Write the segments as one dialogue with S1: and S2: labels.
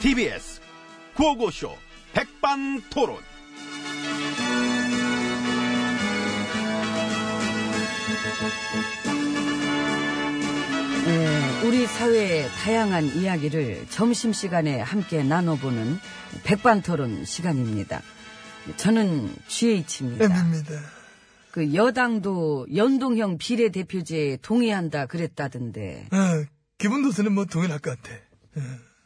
S1: TBS 구호고쇼 백반토론.
S2: 네, 우리 사회의 다양한 이야기를 점심시간에 함께 나눠보는 백반토론 시간입니다. 저는 GH입니다.
S3: M입니다.
S2: 그 여당도 연동형 비례대표제에 동의한다 그랬다던데
S3: 어, 기본도서는 뭐 동일할 것 같아.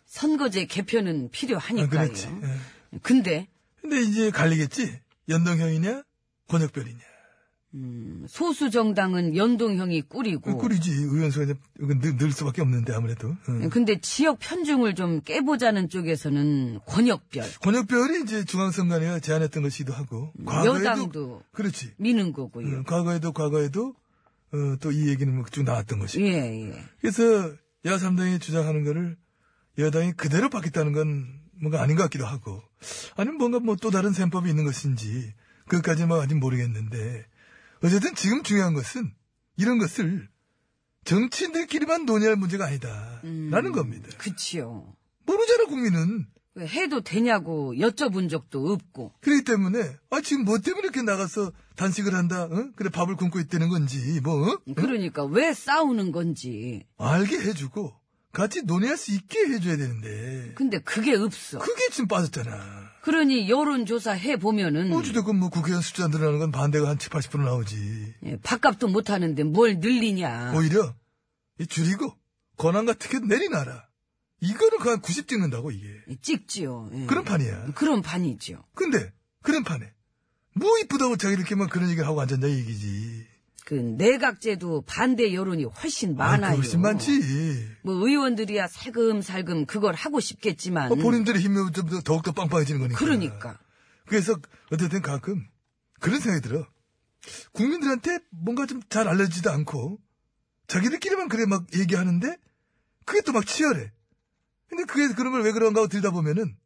S2: 선거제 개편은
S3: 어,
S2: 필요하니까요.
S3: 그렇지. 어.
S2: 근데
S3: 근데 이제 갈리겠지? 연동형이냐? 권역별이냐?
S2: 소수 정당은 연동형이 꿀이고
S3: 아, 꿀이지. 그 의원수가 이제 이건 늘, 늘 수밖에 없는데, 아무래도. 어.
S2: 근데 지역 편중을 좀 깨보자는 쪽에서는 권역별
S3: 권역별이 이제 중앙선관위가 제안했던 것이기도 하고. 과거에도.
S2: 음. 여당도. 음.
S3: 그렇지.
S2: 미는 거고요.
S3: 어, 과거에도, 과거에도, 어, 또 이 얘기는 뭐쭉 나왔던 것이.
S2: 예, 예.
S3: 그래서 야삼당이 주장하는 거를 여당이 그대로 받겠다는 건 뭔가 아닌 것 같기도 하고 아니면 뭔가 뭐 또 다른 셈법이 있는 것인지 그것까지는 뭐 아직 모르겠는데 어쨌든 지금 중요한 것은 이런 것을 정치인들끼리만 논의할 문제가
S2: 음,
S3: 아니다라는 겁니다.
S2: 그치요.
S3: 모르잖아 국민은.
S2: 왜 해도 되냐고 여쭤본 적도 없고.
S3: 그렇기 때문에 아 지금 뭐 때문에 이렇게 나가서 단식을 한다? 어? 그래 밥을 굶고 있다는 건지 뭐 어?
S2: 그러니까 왜 싸우는 건지.
S3: 알게 해주고 같이 논의할 수 있게 해줘야 되는데
S2: 근데 그게 없어.
S3: 그게 지금 빠졌잖아.
S2: 그러니 여론조사 해보면은.
S3: 어찌됐건 뭐 국회의원 숫자 늘어나는 건 반대가 한 7, 80% 나오지.
S2: 예, 밥값도 못하는데 뭘 늘리냐.
S3: 오히려 이 줄이고 권한과 특혜 내리놔라. 이거는 그냥 90 찍는다고 이게.
S2: 예, 찍지요. 예.
S3: 그런 판이야.
S2: 그런 판이죠.
S3: 근데 그런 판에 뭐 이쁘다고 자기 이렇게만 그런 얘기를 하고 앉았냐 이 얘기지.
S2: 그 내각제도 반대 여론이 훨씬
S3: 아이,
S2: 많아요.
S3: 그거 훨씬 많지.
S2: 뭐 의원들이야 살금살금 그걸 하고 싶겠지만.
S3: 어, 본인들의 힘이 좀 더- 더욱더 빵빵해지는 거니까.
S2: 그러니까.
S3: 그래서 어쨌든 가끔 그런 생각이 들어. 국민들한테 뭔가 좀 잘 알려지지도 않고 자기들끼리만 그래 막 얘기하는데 그게 또 막 치열해. 근데 그게 그런 걸 왜 그런가 하고 들다 보면은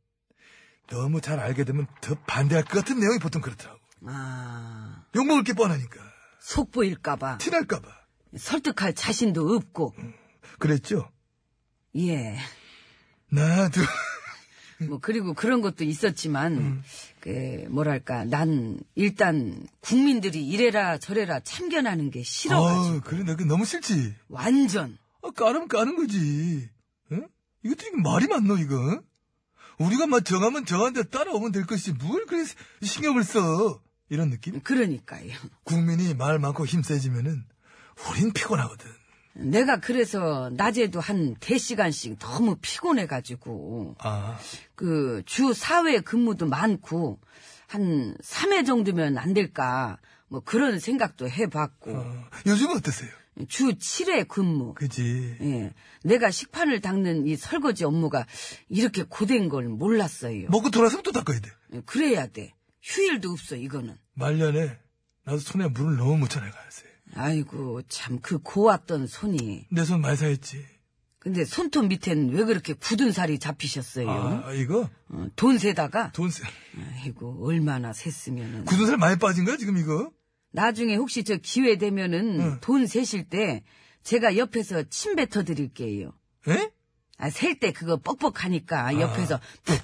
S3: 너무 잘 알게 되면 더 반대할 것 같은 내용이 보통 그렇더라고.
S2: 아,
S3: 욕먹을 게 뻔하니까.
S2: 속보일까봐.
S3: 티날까봐. 음.
S2: 설득할 자신도 없고.
S3: 그랬죠?
S2: 예.
S3: 나도.
S2: 뭐 그리고 그런 것도 있었지만 그 뭐랄까 난 일단 국민들이 이래라 저래라 참견하는 게 싫어가지고
S3: 아 그래. 나 그게 너무 싫지.
S2: 완전
S3: 아, 까면 까는 거지. 응? 이것도 이거 말이 맞노, 이거? 우리가 막 정하면 정한 대로 따라오면 될 것이지. 뭘 그래 신경을 써. 이런 느낌?
S2: 그러니까요.
S3: 국민이 말 많고 힘 세지면은 우린 피곤하거든.
S2: 내가 그래서 낮에도 한네 대시간씩 너무 피곤해가지고
S3: 아,
S2: 그 주 4회 근무도 많고 한 3회 정도면 안 될까 뭐 그런 생각도 해봤고
S3: 어, 요즘은 어떠세요?
S2: 주 7회 근무
S3: 그지.
S2: 예. 내가 식판을 닦는 이 설거지 업무가 이렇게 고된 걸 몰랐어요.
S3: 먹고 돌아서면 또 닦아야 돼.
S2: 예, 그래야 돼. 휴일도 없어, 이거는.
S3: 말년에 나도 손에 물을 너무 못 쳐내가 요새.
S2: 아이고, 참, 그 고왔던 손이.
S3: 내 손 많이 상했지.
S2: 근데 손톱 밑엔 왜 그렇게 굳은 살이 잡히셨어요?
S3: 아, 이거?
S2: 어, 돈 세다가?
S3: 돈, 쓰-
S2: 아이고, 얼마나 샜으면은.
S3: 굳은 살 많이 빠진 거야, 지금 이거?
S2: 나중에 혹시 저 기회 되면은
S3: 응.
S2: 돈 세실 때 제가 옆에서 침 뱉어 드릴게요.
S3: 에?
S2: 아, 셀 때 그거
S3: 아.
S2: 뻑뻑하니까 옆에서 푹!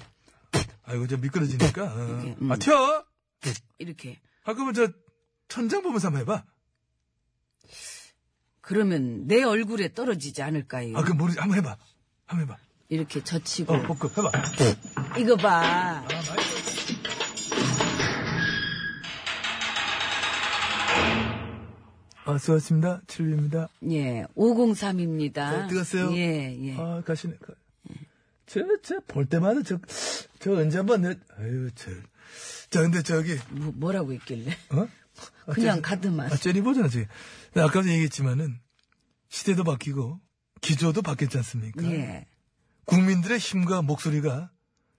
S3: 아이고, 저 미끄러지니까. 어.
S2: 이게, 음.
S3: 아, 튀어!
S2: 이렇게.
S3: 가끔은 아, 저 천장 보면서 한번 해봐.
S2: 그러면 내 얼굴에 떨어지지 않을까요?
S3: 아, 그 모르지. 한번 해봐. 한번 해봐.
S2: 이렇게 젖히고.
S3: 어, 아. 복근 해봐.
S2: 이거 봐.
S3: 아, 수고하셨습니다. 칠비입니다.
S2: 예, 503입니다.
S3: 네, 뜨거웠어요?
S2: 예, 예.
S3: 아, 가시네. 가- 저, 저, 볼 때마다 저, 저 언제 한번 내, 아유, 저. 자, 근데 저기,
S2: 뭐, 뭐라고 있길래.
S3: 어? 아,
S2: 그냥
S3: 저-
S2: 가드만.
S3: 아, 쩌리보잖아, 저기. 근데 아까도 얘기했지만은, 시대도 바뀌고, 기조도 바뀌었지 않습니까?
S2: 예.
S3: 국민들의 힘과 목소리가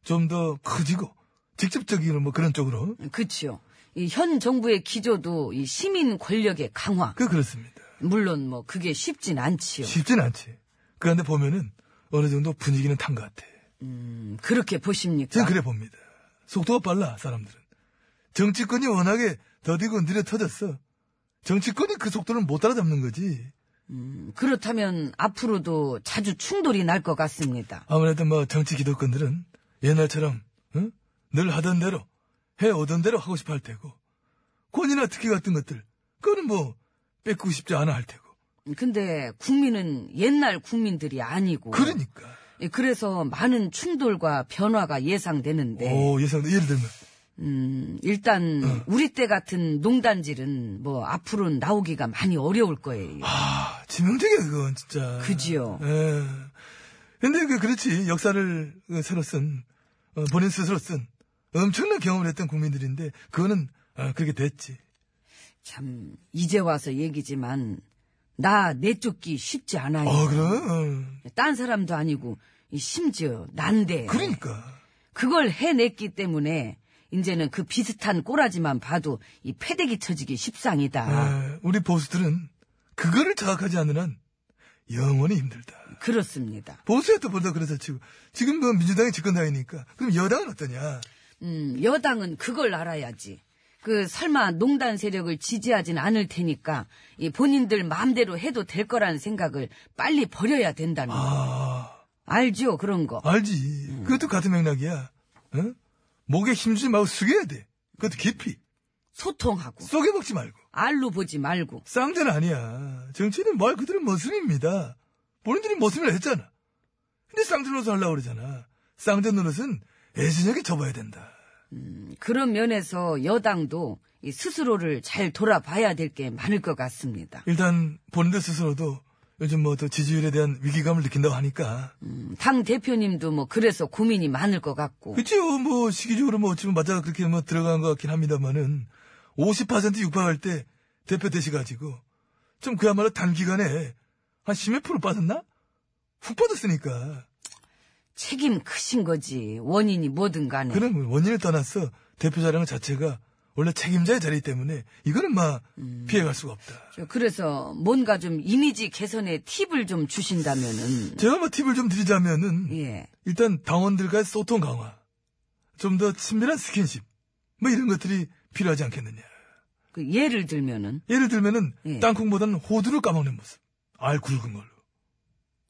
S3: 좀 더 커지고, 직접적인 뭐 그런 쪽으로.
S2: 그치요. 이 현 정부의 기조도 이 시민 권력의 강화.
S3: 그, 그렇습니다.
S2: 물론 뭐 그게 쉽진 않지요.
S3: 쉽진 않지. 그런데 보면은 어느 정도 분위기는 탄 것 같아.
S2: 음, 그렇게 보십니까?
S3: 저는 그래 봅니다. 속도가 빨라 사람들은. 정치권이 워낙에 더디고 느려 터졌어. 정치권이 그 속도를 못 따라잡는 거지.
S2: 음, 그렇다면 앞으로도 자주 충돌이 날 것 같습니다.
S3: 아무래도 뭐 정치 기득권들은 옛날처럼 응? 늘 하던 대로 해오던 대로 하고 싶어 할 테고 권위나 특혜 같은 것들 그거는 뭐 뺏고 싶지 않아 할 테고
S2: 근데 국민은 옛날 국민들이 아니고
S3: 그러니까
S2: 예, 그래서 많은 충돌과 변화가 예상되는데
S3: 오 어, 예상 예를 들면
S2: 음, 일단 우리 때 같은 농단질은 뭐 앞으로는 나오기가 많이 어려울 거예요.
S3: 아 치명적이야 그건 진짜
S2: 그지요.
S3: 예. 근데 그 그렇지 역사를 그 새로 쓴 어, 본인 스스로 쓴 엄청난 경험을 했던 국민들인데 그거는 아, 그렇게 됐지
S2: 참 이제 와서 얘기지만 나 내쫓기 쉽지 않아요.
S3: 어 그럼
S2: 딴 사람도 아니고 이 심지어 난데
S3: 그러니까
S2: 그걸 해냈기 때문에 이제는 그 비슷한 꼬라지만 봐도 이 패대기 쳐지기 십상이다.
S3: 예, 우리 보수들은 그거를 자각하지 않는 한 영원히 힘들다.
S2: 그렇습니다.
S3: 보수였다 보다 그래서 치고 지금 뭐 민주당이 집권당이니까 그럼 여당은 어떠냐?
S2: 음, 여당은 그걸 알아야지. 그 설마 농단 세력을 지지하진 않을 테니까 이 본인들 마음대로 해도 될 거라는 생각을 빨리 버려야 된다는 거.
S3: 아
S2: 알죠 그런 거.
S3: 알지. 그것도 같은 맥락이야. 응? 목에 힘주지 말고 숙여야 돼. 그것도 깊이
S2: 소통하고
S3: 쏘개 먹지 말고
S2: 알로 보지 말고
S3: 쌍전 아니야. 정치는 말 그대로 머슴입니다. 본인들이 머슴이라 했잖아. 근데 쌍전 노릇 하려고 그러잖아. 쌍전 노릇은 애진하게 접어야 된다.
S2: 그런 면에서 여당도 이 스스로를 잘 돌아봐야 될 게 많을 것 같습니다.
S3: 일단 본인들 스스로도 요즘 뭐 또 지지율에 대한 위기감을 느낀다고 하니까
S2: 음, 당 대표님도 뭐 그래서 고민이 많을 것 같고
S3: 그치요 뭐 시기적으로 뭐 어찌 보면 맞아 그렇게 뭐 들어간 것 같긴 합니다만은 50% 육박할 때 대표 되시 가지고 좀 그야말로 단기간에 한 10몇 빠졌나? 훅 빠졌으니까
S2: 책임 크신 거지 원인이 뭐든 간에
S3: 그런 원인을 떠나서 대표 자랑 자체가 원래 책임자의 자리 때문에 이거는 막 피해갈 수가 없다.
S2: 저 그래서 뭔가 좀 이미지 개선의 팁을 좀 주신다면은
S3: 제가 뭐 팁을 좀 드리자면은
S2: 예
S3: 일단 당원들과의 소통 강화, 좀 더 친밀한 스킨십, 뭐 이런 것들이 필요하지 않겠느냐.
S2: 그 예를 들면은
S3: 예를 들면은
S2: 예.
S3: 땅콩보다는 호두를 까먹는 모습. 알 굵은 걸로.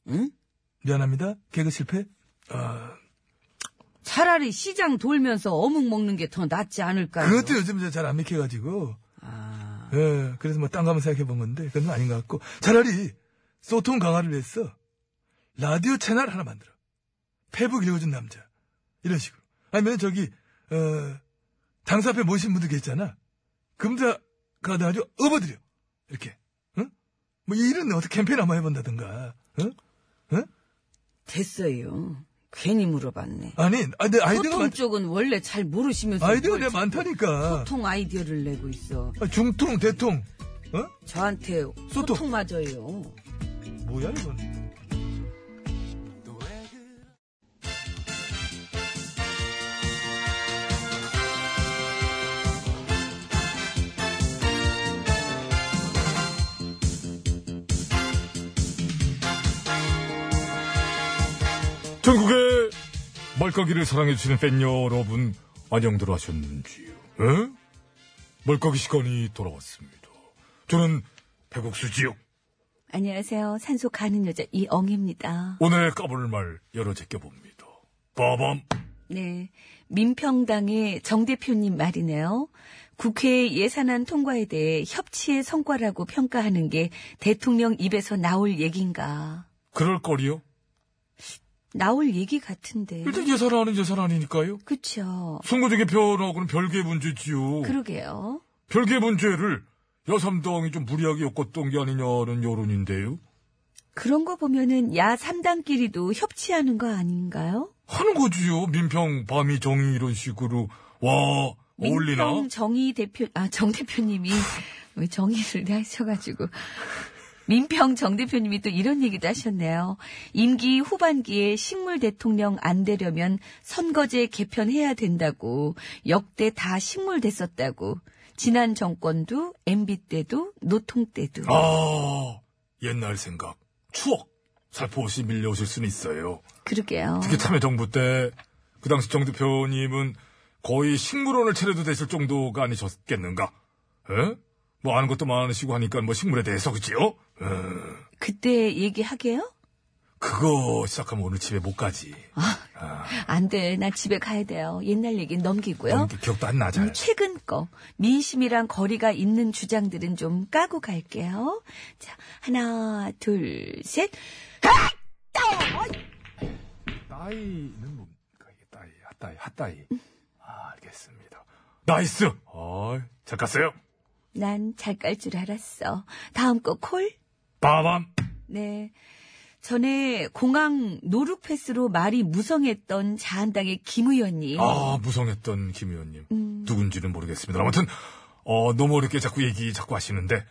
S2: 응?
S3: 미안합니다. 개그 실패. 아,
S2: 차라리 시장 돌면서 어묵 먹는 게 더 낫지 않을까요?
S3: 그것도 요즘 잘 안 믿혀가지고.
S2: 아,
S3: 예, 그래서 뭐 땅 가면 생각해 본 건데 그건 아닌 것 같고 차라리 소통 강화를 위해서 라디오 채널 하나 만들어. 페북 읽어준 남자 이런 식으로. 아니면 저기 어, 당사 앞에 모신 분들 계시잖아. 금자 가다가지고 업어드려 이렇게. 응? 뭐 이런 어떻게 캠페인 한번 해본다든가. 응?
S2: 됐어요. 괜히 물어봤네.
S3: 아니, 아, 내 아이디어가
S2: 소통
S3: 많,
S2: 쪽은 원래 잘 모르시면서
S3: 아이디어가
S2: 뭘
S3: 내가
S2: 자꾸
S3: 많다니까.
S2: 소통 아이디어를 내고 있어.
S3: 아, 중통 대통. 어?
S2: 저한테 소통 맞아요.
S3: 뭐야 이건?
S4: 전국의 말까기를 사랑해주시는 팬 여러분, 안녕들 하셨는지요? 에? 말까기 시간이 돌아왔습니다. 저는 배국수 지역,
S5: 안녕하세요. 산소 가는 여자 이엉입니다.
S4: 오늘의 까불 말 열어 제껴봅니다. 빠밤!
S5: 네. 민평당의 정 대표님 말이네요. 국회 예산안 통과에 대해 협치의 성과라고 평가하는 게 대통령 입에서 나올 얘기인가.
S4: 그럴 거리요?
S5: 나올 얘기 같은데.
S4: 일단 예산안은 예산안이니까요.
S5: 그쵸.
S3: 어.
S4: 선거제 개편하고는 별개의 문제지요.
S5: 그러게요.
S4: 별개의 문제를 여삼당이 좀 무리하게 엮었던 게 아니냐는 여론인데요.
S5: 그런 거 보면은 야 3당끼리도 협치하는 거 아닌가요?
S4: 하는 거지요. 민평, 밤이, 정의 이런 식으로. 와, 어울리나?
S5: 민평 정의 대표, 아, 정 대표님이 왜 정의를 하셔가지고. 민평 정 대표님이 또 이런 얘기도 하셨네요. 임기 후반기에 식물 대통령 안 되려면 선거제 개편해야 된다고 역대 다 식물 됐었다고 지난 정권도 MB 때도 노통 때도
S4: 아, 옛날 생각, 추억, 살포시 밀려오실 수는 있어요.
S5: 그러게요.
S4: 특히 참여정부 때, 그 당시 정 대표님은 거의 식물원을 차려도 되실 정도가 아니셨겠는가? 에? 뭐 아는 것도 많으시고 하니까 뭐 식물에 대해서, 그지요? 에.
S2: 그때 얘기하게요?
S3: 그거 시작하면 오늘 집에 못 가지.
S2: 아, 안 돼. 나 집에 가야 돼요. 옛날 얘기는 넘기고요.
S3: 너무 기억도 안 나잖아.
S2: 음, 최근 거 민심이랑 거리가 있는 주장들은 좀 까고 갈게요. 자 하나 둘 셋.
S3: 따이는 뭡니까? 이게 따이, 핫따이, 핫따이.
S2: 음.
S3: 아, 알겠습니다. 나이스! 어이, 잘 갔어요.
S2: 난 잘 깔 줄 알았어. 다음 거 콜.
S3: 빠밤!
S2: 네. 전에 공항 노루 패스로 말이 무성했던 자한당의 김 의원님.
S3: 아, 무성했던 김 의원님.
S2: 음.
S3: 누군지는 모르겠습니다. 아무튼, 어, 너무 어렵게 자꾸 얘기 자꾸 하시는데,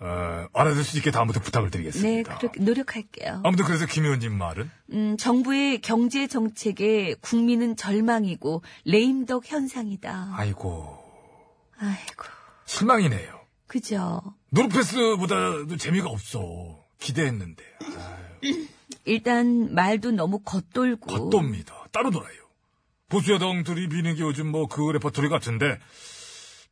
S3: 어, 알아들 수 있게 다음부터 부탁을
S2: 네,
S3: 드리겠습니다. 어?
S2: 그렇게 노력할게요.
S3: 아무튼 그래서 김 의원님 말은?
S2: 음, 정부의 경제 정책에 국민은 절망이고 레임덕 현상이다.
S3: 아이고,
S2: 아이고,
S3: 실망이네요.
S2: 그죠.
S3: 노르패스보다도 재미가 없어. 기대했는데. 아유,
S2: 일단 말도 너무 겉돌고.
S3: 겉돕니다. 따로 놀아요. 보수여당 들이 비는 게 요즘 뭐 그 레퍼토리 같은데,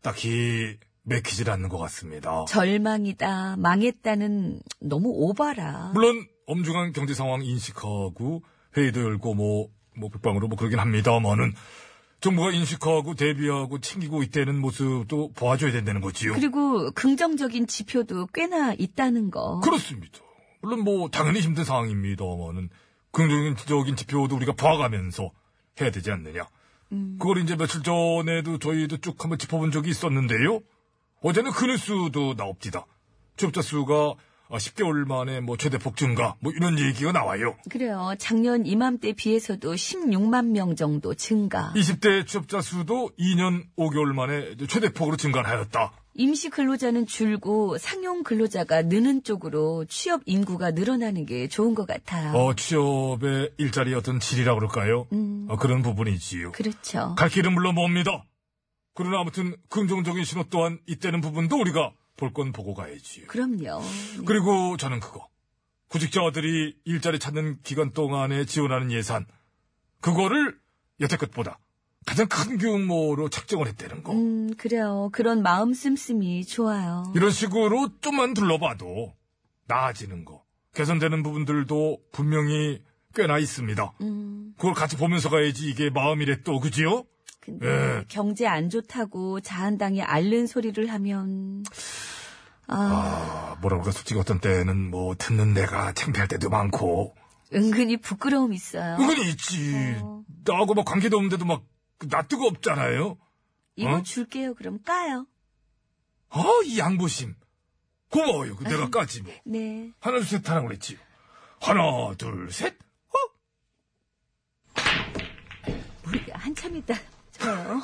S3: 딱히 맥히질 않는 것 같습니다.
S2: 절망이다, 망했다는 너무 오바라.
S3: 물론 엄중한 경제 상황 인식하고 회의도 열고 뭐, 뭐 백방으로 뭐 그러긴 합니다만은 정부가 인식하고 대비하고 챙기고 있다는 모습도 보아줘야 된다는 거지요.
S2: 그리고 긍정적인 지표도 꽤나 있다는 거.
S3: 그렇습니다. 물론 뭐 당연히 힘든 상황입니다만은 긍정적인 지표도 우리가 봐가면서 해야 되지 않느냐.
S2: 음.
S3: 그걸 이제 며칠 전에도 저희도 쭉 한번 짚어본 적이 있었는데요. 어제는 그 뉴스도 나옵니다. 취업자 수가 아, 10개월 만에 뭐 최대 폭 증가 뭐 이런 얘기가 나와요.
S2: 그래요. 작년 이맘때 비해서도 16만 명 정도 증가.
S3: 20대 취업자 수도 2년 5개월 만에 최대폭으로 증가하였다.
S2: 임시 근로자는 줄고 상용 근로자가 느는 쪽으로 취업 인구가 늘어나는 게 좋은 것 같아요.
S3: 어, 취업의 일자리 어떤 질이라 그럴까요? 어, 그런 부분이지요.
S2: 음, 그렇죠.
S3: 갈 길은 물론 멉니다. 그러나 아무튼 긍정적인 신호 또한 있다는 부분도 우리가 볼 건 보고 가야지요.
S2: 그럼요.
S3: 그리고 저는 그거. 구직자들이 일자리 찾는 기간 동안에 지원하는 예산. 그거를 여태껏보다 가장 큰 규모로 책정을 했다는 거.
S2: 음, 그래요. 그런 마음 씀씀이 좋아요.
S3: 이런 식으로 좀만 둘러봐도 나아지는 거, 개선되는 부분들도 분명히 꽤나 있습니다.
S2: 음,
S3: 그걸 같이 보면서 가야지 이게 마음이래 또, 그지요?
S2: 근데
S3: 예.
S2: 경제 안 좋다고 자한당이 앓는 소리를 하면
S3: 아, 뭐라 그럴까, 솔직히 어떤 때는 뭐, 듣는 내가 창피할 때도 많고,
S2: 은근히 부끄러움 있어요.
S3: 은근히 있지.
S2: 어.
S3: 나하고 막 관계도 없는데도 막, 나 뜨겁잖아요?
S2: 이거
S3: 어?
S2: 줄게요. 그럼 까요.
S3: 아, 이 양보심. 고마워요. 그 내가 까지 뭐.
S2: 네.
S3: 하나, 둘, 셋 하라고 그랬지요. 하나, 둘, 셋.
S2: 우리 한참 있다. 저요.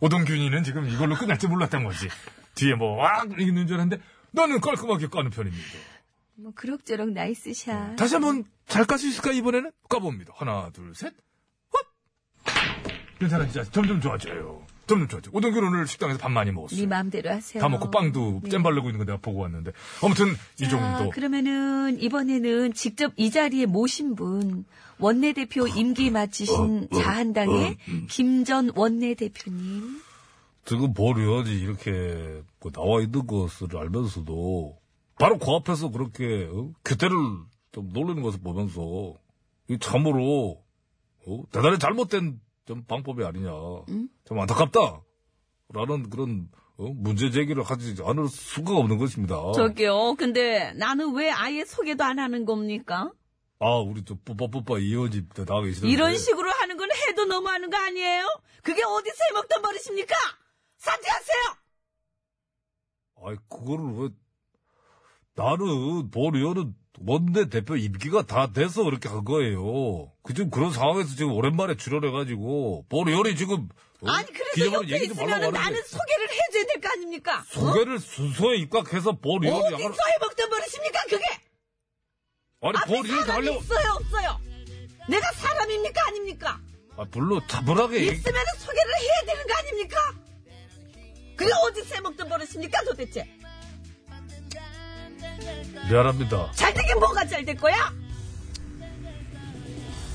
S3: 오동균이는 지금 이걸로 끝날지 몰랐던 거지. 뒤에 뭐, 왁! 있는 줄 알았는데, 나는 깔끔하게 까는 편입니다.
S2: 뭐 그럭저럭 나이스 샷.
S3: 네. 다시 한번 잘 깔 수 있을까, 이번에는? 까봅니다. 하나, 둘, 셋. 헛! 괜찮아지지? 점점 좋아져요. 점점 좋아져. 오동균 오늘 식당에서 밥 많이
S2: 네
S3: 먹었어요.
S2: 마음대로 하세요.
S3: 다 먹고 빵도
S2: 네.
S3: 잼 바르고 있는 거 내가 보고 왔는데. 아무튼, 이
S2: 자,
S3: 정도.
S2: 그러면은 이번에는 직접 이 자리에 모신 분 원내대표 임기 마치신
S3: 어,
S2: 자한당의
S3: 음.
S2: 김전 원내대표님.
S6: 지금 버려야지 이렇게 그 나와 있는 것을 알면서도 바로 그 앞에서 그렇게 어? 교태를 좀 놀리는 것을 보면서 이 참으로 어? 대단히 잘못된 좀 방법이 아니냐 참 안타깝다 라는 그런 어? 문제 제기를 하지 않을 수가 없는 것입니다
S3: 어.
S2: 저기요. 근데 나는 왜 아예 소개도 안 하는 겁니까?
S6: 아 우리 저 뽀빠뽀빠 이원집 나가 계시는데
S3: 네.
S2: 이런 식으로 하는 건 해도 너무하는 거 아니에요? 그게 어디서 해먹던 버릇입니까? 사퇴하세요.
S6: 아이, 그거를 왜, 나는, 본 의원은 원내 대표 임기가 다 돼서 그렇게 한 거예요. 그 지금 그런 상황에서 지금 오랜만에 출연해가지고, 본 의원이 지금, 어?
S2: 아니 그래서
S6: 기자분은
S2: 옆에
S6: 얘기 좀 하려고
S2: 있으면 나는
S6: 하는데
S2: 소개를 해줘야 될 거 아닙니까? 어?
S6: 소개를 순서에 입각해서 본 의원이 약간,
S2: 어디서 해먹던 버릇입니까 그게?
S6: 아니,
S2: 앞에
S6: 본 의원이
S2: 사람이
S6: 달려,
S2: 있어요 없어요? 내가 사람입니까 아닙니까?
S6: 아, 별로 차분하게 얘기,
S2: 있으면 소개를 해야 되는 거 아닙니까? 그게 어디서 해먹던 버릇입니까 도대체?
S6: 미안합니다.
S2: 잘되게 뭐가 잘 될 거야?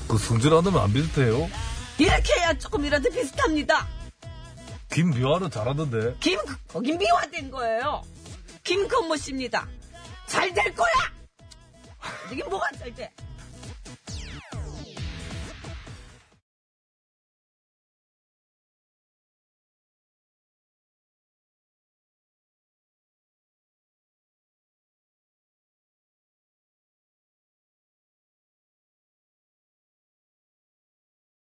S6: 그 승진 안 하면 안 비슷해요?
S2: 이렇게 해야 조금이라도 비슷합니다.
S6: 김미화는 잘하던데.
S2: 김 거긴 미화된 거예요. 김건모 씨입니다. 잘 될 거야. 이게 뭐가 절대?